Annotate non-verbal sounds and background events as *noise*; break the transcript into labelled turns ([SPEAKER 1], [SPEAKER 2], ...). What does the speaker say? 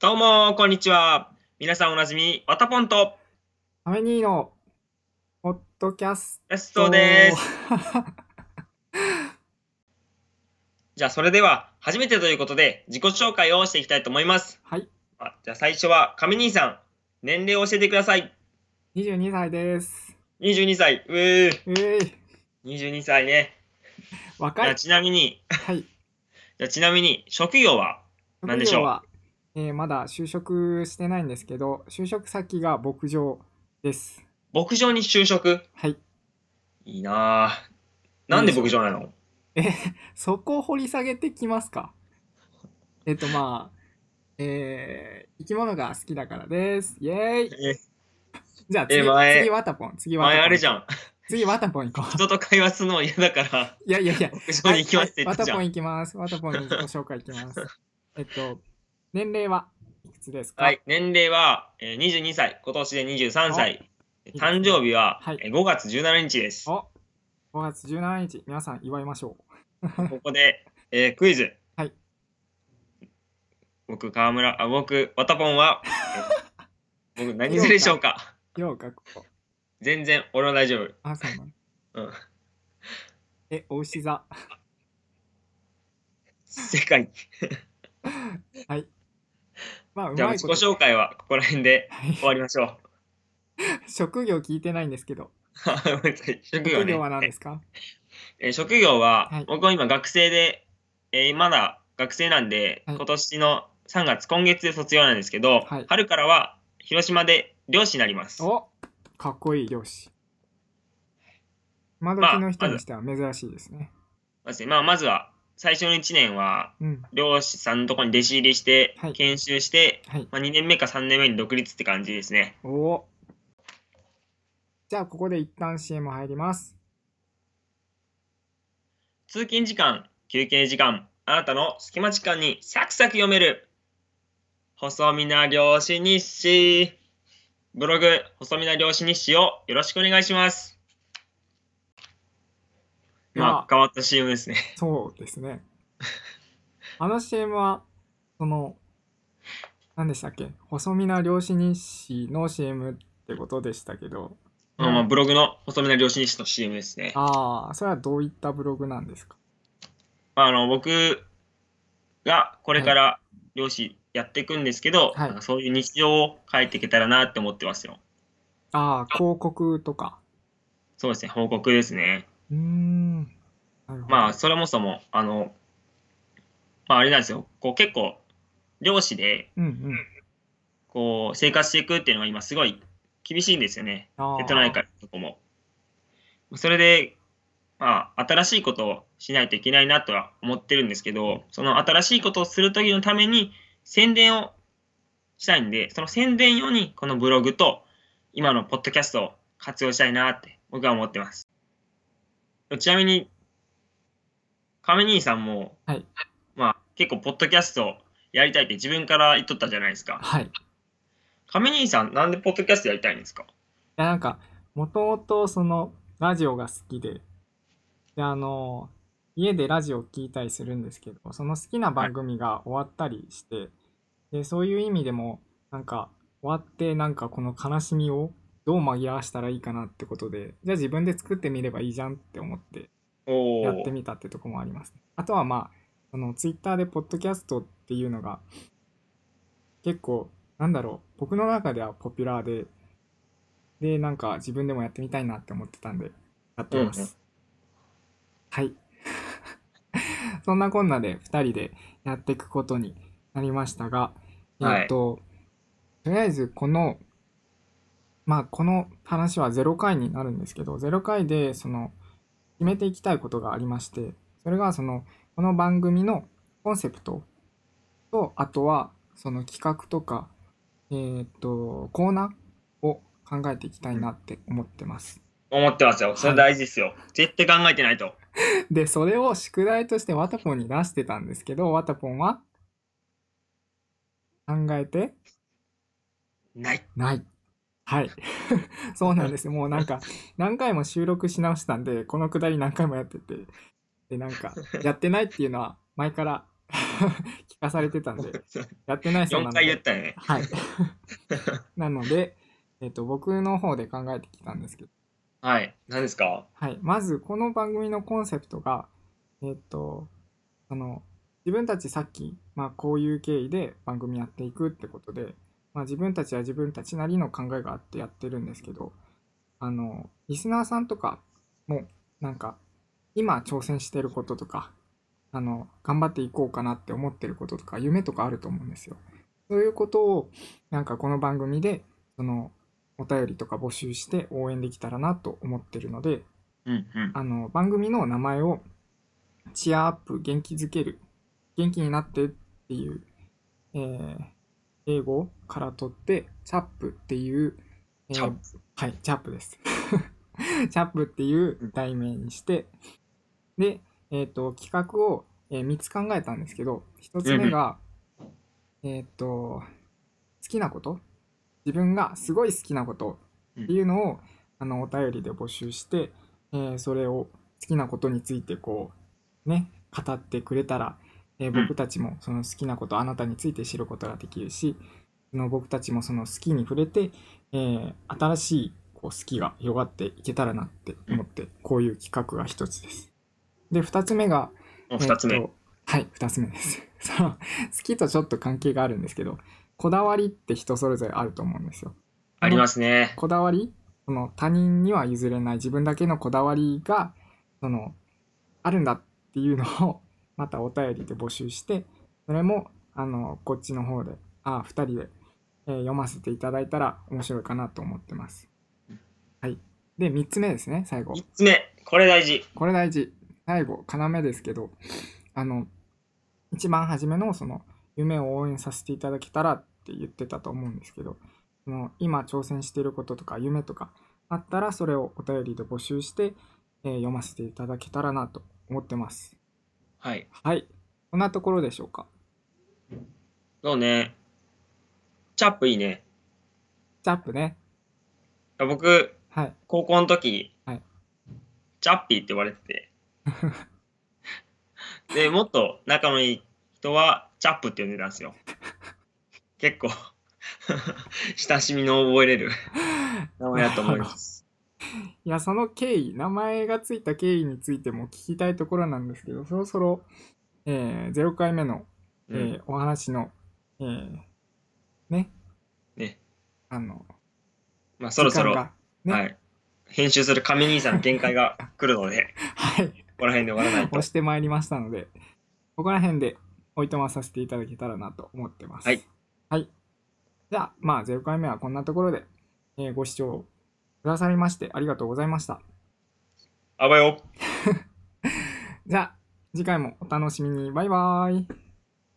[SPEAKER 1] どうも、こんにちは。皆さんおなじみ、わたぽんと、
[SPEAKER 2] アメニーのポッドキャス
[SPEAKER 1] やす
[SPEAKER 2] ト
[SPEAKER 1] とです。。じゃあ、それでは、初めてということで、自己紹介をしていきたいと思います。
[SPEAKER 2] はい、
[SPEAKER 1] あじゃあ、最初は、亀兄さん、年齢を教えてください。
[SPEAKER 2] 22歳です。
[SPEAKER 1] 22歳、うー、
[SPEAKER 2] うえい、
[SPEAKER 1] 22歳ね。じ
[SPEAKER 2] 若
[SPEAKER 1] ゃあ、
[SPEAKER 2] い。
[SPEAKER 1] ちなみに、
[SPEAKER 2] はい。
[SPEAKER 1] じゃあ、ちなみに、職業は何でしょう
[SPEAKER 2] 職業は、えーまだ就職してないんですけど、就職先が牧場です。
[SPEAKER 1] 牧場に就職
[SPEAKER 2] はい。
[SPEAKER 1] いいなぁ。なんで牧場なの
[SPEAKER 2] そこを掘り下げてきますかえっと、まあ、えー、生き物が好きだからです。イェーイ
[SPEAKER 1] え、
[SPEAKER 2] じゃあ
[SPEAKER 1] え
[SPEAKER 2] 次、
[SPEAKER 1] 前
[SPEAKER 2] 次ワタポン、次ワタポ
[SPEAKER 1] 前
[SPEAKER 2] ン。
[SPEAKER 1] あれじゃん。
[SPEAKER 2] 次ワタポン行こう。
[SPEAKER 1] 人と会話するの嫌だから、
[SPEAKER 2] いやいやいや、
[SPEAKER 1] 牧場に行きますって言
[SPEAKER 2] は
[SPEAKER 1] っ
[SPEAKER 2] い
[SPEAKER 1] た
[SPEAKER 2] ワ
[SPEAKER 1] じ
[SPEAKER 2] タ
[SPEAKER 1] ゃ
[SPEAKER 2] ポン
[SPEAKER 1] ん。
[SPEAKER 2] 行きます。ワタポンにご紹介行きます。
[SPEAKER 1] *laughs*
[SPEAKER 2] えっと、年齢はいくつですか
[SPEAKER 1] はい、年齢は、えー、22歳、今年で23歳。
[SPEAKER 2] お
[SPEAKER 1] 誕生日は、
[SPEAKER 2] はい
[SPEAKER 1] えー5月17日です。こ
[SPEAKER 2] お !5 月17日、皆さん祝いましょう。
[SPEAKER 1] こで、えークイズ。
[SPEAKER 2] はい
[SPEAKER 1] 僕、川村、あ、僕、ワタポンは、え
[SPEAKER 2] *laughs*
[SPEAKER 1] ー僕、何するでしょうか
[SPEAKER 2] ようか、ここ。
[SPEAKER 1] 全然、俺は大丈夫。
[SPEAKER 2] あ、そうなの。
[SPEAKER 1] うん。
[SPEAKER 2] え、お牛座。
[SPEAKER 1] 世界。
[SPEAKER 2] まあ、う
[SPEAKER 1] じゃあ、
[SPEAKER 2] まい
[SPEAKER 1] 自己
[SPEAKER 2] こと。
[SPEAKER 1] 紹介はここら辺で終
[SPEAKER 2] は
[SPEAKER 1] わりましょう。 *laughs*
[SPEAKER 2] い *laughs* 職業聞いてないんですけど、
[SPEAKER 1] ごめんなさい職業
[SPEAKER 2] 職
[SPEAKER 1] ね。
[SPEAKER 2] 業は何ですか
[SPEAKER 1] えー職業は、
[SPEAKER 2] はい
[SPEAKER 1] 僕は今学生で、えーまだ学生なんで、
[SPEAKER 2] はい
[SPEAKER 1] 今年の3月今月で卒業なんですけど、
[SPEAKER 2] はい
[SPEAKER 1] 春からは広島で漁師になります
[SPEAKER 2] おかっこいい漁師。今時の人にしては珍しいですね。
[SPEAKER 1] まず,、まあ、まずは最初の1年は
[SPEAKER 2] うん。
[SPEAKER 1] 漁師さんのところに弟子入りして、
[SPEAKER 2] はい
[SPEAKER 1] 研修して、
[SPEAKER 2] はい。
[SPEAKER 1] まあ、2年目か3年目に独立って感じですね
[SPEAKER 2] おお。じゃあ、ここで一旦 CM 入ります。
[SPEAKER 1] 通勤時間休憩時間あなたの隙間時間にサクサク読める細身な漁師日誌ブログ細身な漁師日誌をよろしくお願いします
[SPEAKER 2] ま
[SPEAKER 1] まあ
[SPEAKER 2] あ
[SPEAKER 1] 変わった CM ですね
[SPEAKER 2] そうですね。あの CM は、その、何でしたっけ細身な漁師日誌の CM ってことでしたけど、
[SPEAKER 1] まあまあブログの細身な漁師日誌の CM ですね
[SPEAKER 2] ああ、それはどういったブログなんですか
[SPEAKER 1] まああの僕がこれから漁師やっていくんですけど、
[SPEAKER 2] はい
[SPEAKER 1] なんかそういう日常を書いていけたらなって思ってますよ
[SPEAKER 2] ああ、広告とか。
[SPEAKER 1] そうですね報告ですね
[SPEAKER 2] うーん。なるほど
[SPEAKER 1] まあ、それもそも、あの、まあ、あれなんですよ、こう結構、漁師で
[SPEAKER 2] うんうん。
[SPEAKER 1] こう生活していくっていうのは今すごい厳しいんですよね、
[SPEAKER 2] あ
[SPEAKER 1] 瀬戸内海とかも。それで、まあ、新しいことをしないといけないなとは思ってるんですけど、その新しいことをする時のために宣伝をしたいんで、その宣伝用にこのブログと今のポッドキャストを活用したいなって僕は思ってます。ちなみに、亀兄さんも、
[SPEAKER 2] はい
[SPEAKER 1] まあ結構ポッドキャストやりたいって自分から言っとったじゃないですか。
[SPEAKER 2] はい。い
[SPEAKER 1] 亀兄さん、なんでポッドキャストやりたいんですか
[SPEAKER 2] や、なんか、もともとその、ラジオが好きで、で、あの、家でラジオ聞いたりするんですけど、その好きな番組が終わったりして、で、そういう意味でも、なんか、終わって、なんかこの悲しみをどう紛らわしたらいいかなってことで、じゃあ自分で作ってみればいいじゃんって思って、
[SPEAKER 1] お
[SPEAKER 2] や
[SPEAKER 1] ー
[SPEAKER 2] ってみたってとこもあります、あとはまあそのツイッターでポッドキャストっていうのが結構なんだろう僕の中ではポピュラーででなんか自分でもやってみたいなって思ってたんでやってます、
[SPEAKER 1] うんうん
[SPEAKER 2] はい *laughs* そんなこんなで2人でやっていくことになりましたが、
[SPEAKER 1] はい
[SPEAKER 2] えっととりあえずこのまあこの話は0回になるんですけど0回でその決めていきたいことがありましてそれがそのこの番組のコンセプトとあとはその企画とかえーっとコーナーを考えていきたいなって思ってます
[SPEAKER 1] 思ってますよ。それ大事ですよ。絶対考えてないと。
[SPEAKER 2] でそれを宿題としてワタポンに出してたんですけどワタポンは考えて
[SPEAKER 1] *laughs* ない。
[SPEAKER 2] ない。はい。 *laughs* そうなんです。もうなんか、何回も収録し直したんで、このくだり何回もやってて、で、なんか、やってないっていうのは、前から *laughs* 聞かされてたんで、やってないそうな
[SPEAKER 1] 4
[SPEAKER 2] の
[SPEAKER 1] 回言っ
[SPEAKER 2] で。
[SPEAKER 1] たよね。
[SPEAKER 2] はい。 *laughs* なので、えっ、と、僕の方で考えてきたんですけど、
[SPEAKER 1] はい。何ですか
[SPEAKER 2] はい。まず、この番組のコンセプトが、えっ、と、あの、自分たちさっき、まあ、こういう経緯で番組やっていくってことで、まあ、自分たちは自分たちなりの考えがあってやってるんですけど、あの、リスナーさんとかも、なんか、今挑戦してることとか、あの、頑張っていこうかなって思ってることとか、夢とかあると思うんですよ。そういうことを、なんかこの番組で、その、お便りとか募集して応援できたらなと思ってるので、
[SPEAKER 1] うんうん。
[SPEAKER 2] あの番組の名前をチアアップ元気づける元気になってっていう、えー英語から取ってチャップっていう、えー
[SPEAKER 1] チャップ
[SPEAKER 2] はいチャップです *laughs* チャップっていう題名にしてで、えー、と企画を、え3つ考えたんですけど1つ目が、えっと好きなこと自分がすごい好きなことっていうのを、あのお便りで募集して、えーそれを好きなことについてこうね語ってくれたら、えー
[SPEAKER 1] ん
[SPEAKER 2] 僕たちもその好きなことあなたについて知ることができるし、その僕たちもその好きに触れて、えー新しいこう好きが広がっていけたらなって思って、こういう企画が一つです。で2つ目が
[SPEAKER 1] もう2つ目。
[SPEAKER 2] えっとはい2つ目です *laughs* その好きとちょっと関係があるんですけどこだわりって人それぞれあると思うんですよ
[SPEAKER 1] ありますね。
[SPEAKER 2] こだわりその他人には譲れない自分だけのこだわりがそのあるんだっていうのを *laughs* またお便りで募集してそれもあのこっちの方であ2人で、えー読ませていただいたら面白いかなと思ってます。はい、で3つ目ですね最後
[SPEAKER 1] 3。つ目。これ大事。
[SPEAKER 2] これ大事最後要ですけどあの一番初めのその夢を応援させていただけたらって言ってたと思うんですけどその今挑戦していることとか夢とかあったらそれをお便りで募集して、えー読ませていただけたらなと思ってます
[SPEAKER 1] はい。
[SPEAKER 2] はいこんなところでしょうか
[SPEAKER 1] そうね。チャップいいね。
[SPEAKER 2] チャップね
[SPEAKER 1] 僕、
[SPEAKER 2] はい
[SPEAKER 1] 高校の時、
[SPEAKER 2] はい
[SPEAKER 1] チャッピーって呼ばれ
[SPEAKER 2] *laughs*
[SPEAKER 1] ててでもっと仲のいい人はチャップって呼んでたんですよ結構 *laughs* 親しみの覚えれる名前だと思います
[SPEAKER 2] いやその経緯名前がついた経緯についても聞きたいところなんですけどそろそろ、えー0回目のえ
[SPEAKER 1] う
[SPEAKER 2] ー
[SPEAKER 1] ん、
[SPEAKER 2] お話の、えーね、
[SPEAKER 1] ね
[SPEAKER 2] あの、
[SPEAKER 1] まあそろそろ、
[SPEAKER 2] 時間がね、
[SPEAKER 1] は
[SPEAKER 2] はい、
[SPEAKER 1] い、編集する神兄さんの限界が来るので
[SPEAKER 2] *laughs*
[SPEAKER 1] ここら辺で終わらないと
[SPEAKER 2] 押してまいりましたので、ここら辺でおいとまさせていただけたらなと思ってます。
[SPEAKER 1] はい。
[SPEAKER 2] はい。じゃあ、まあ、0回目はこんなところで、えーご視聴くださりましてありがとうございました。
[SPEAKER 1] あばよ
[SPEAKER 2] じゃあ、次回もお楽しみに。バイバーイ。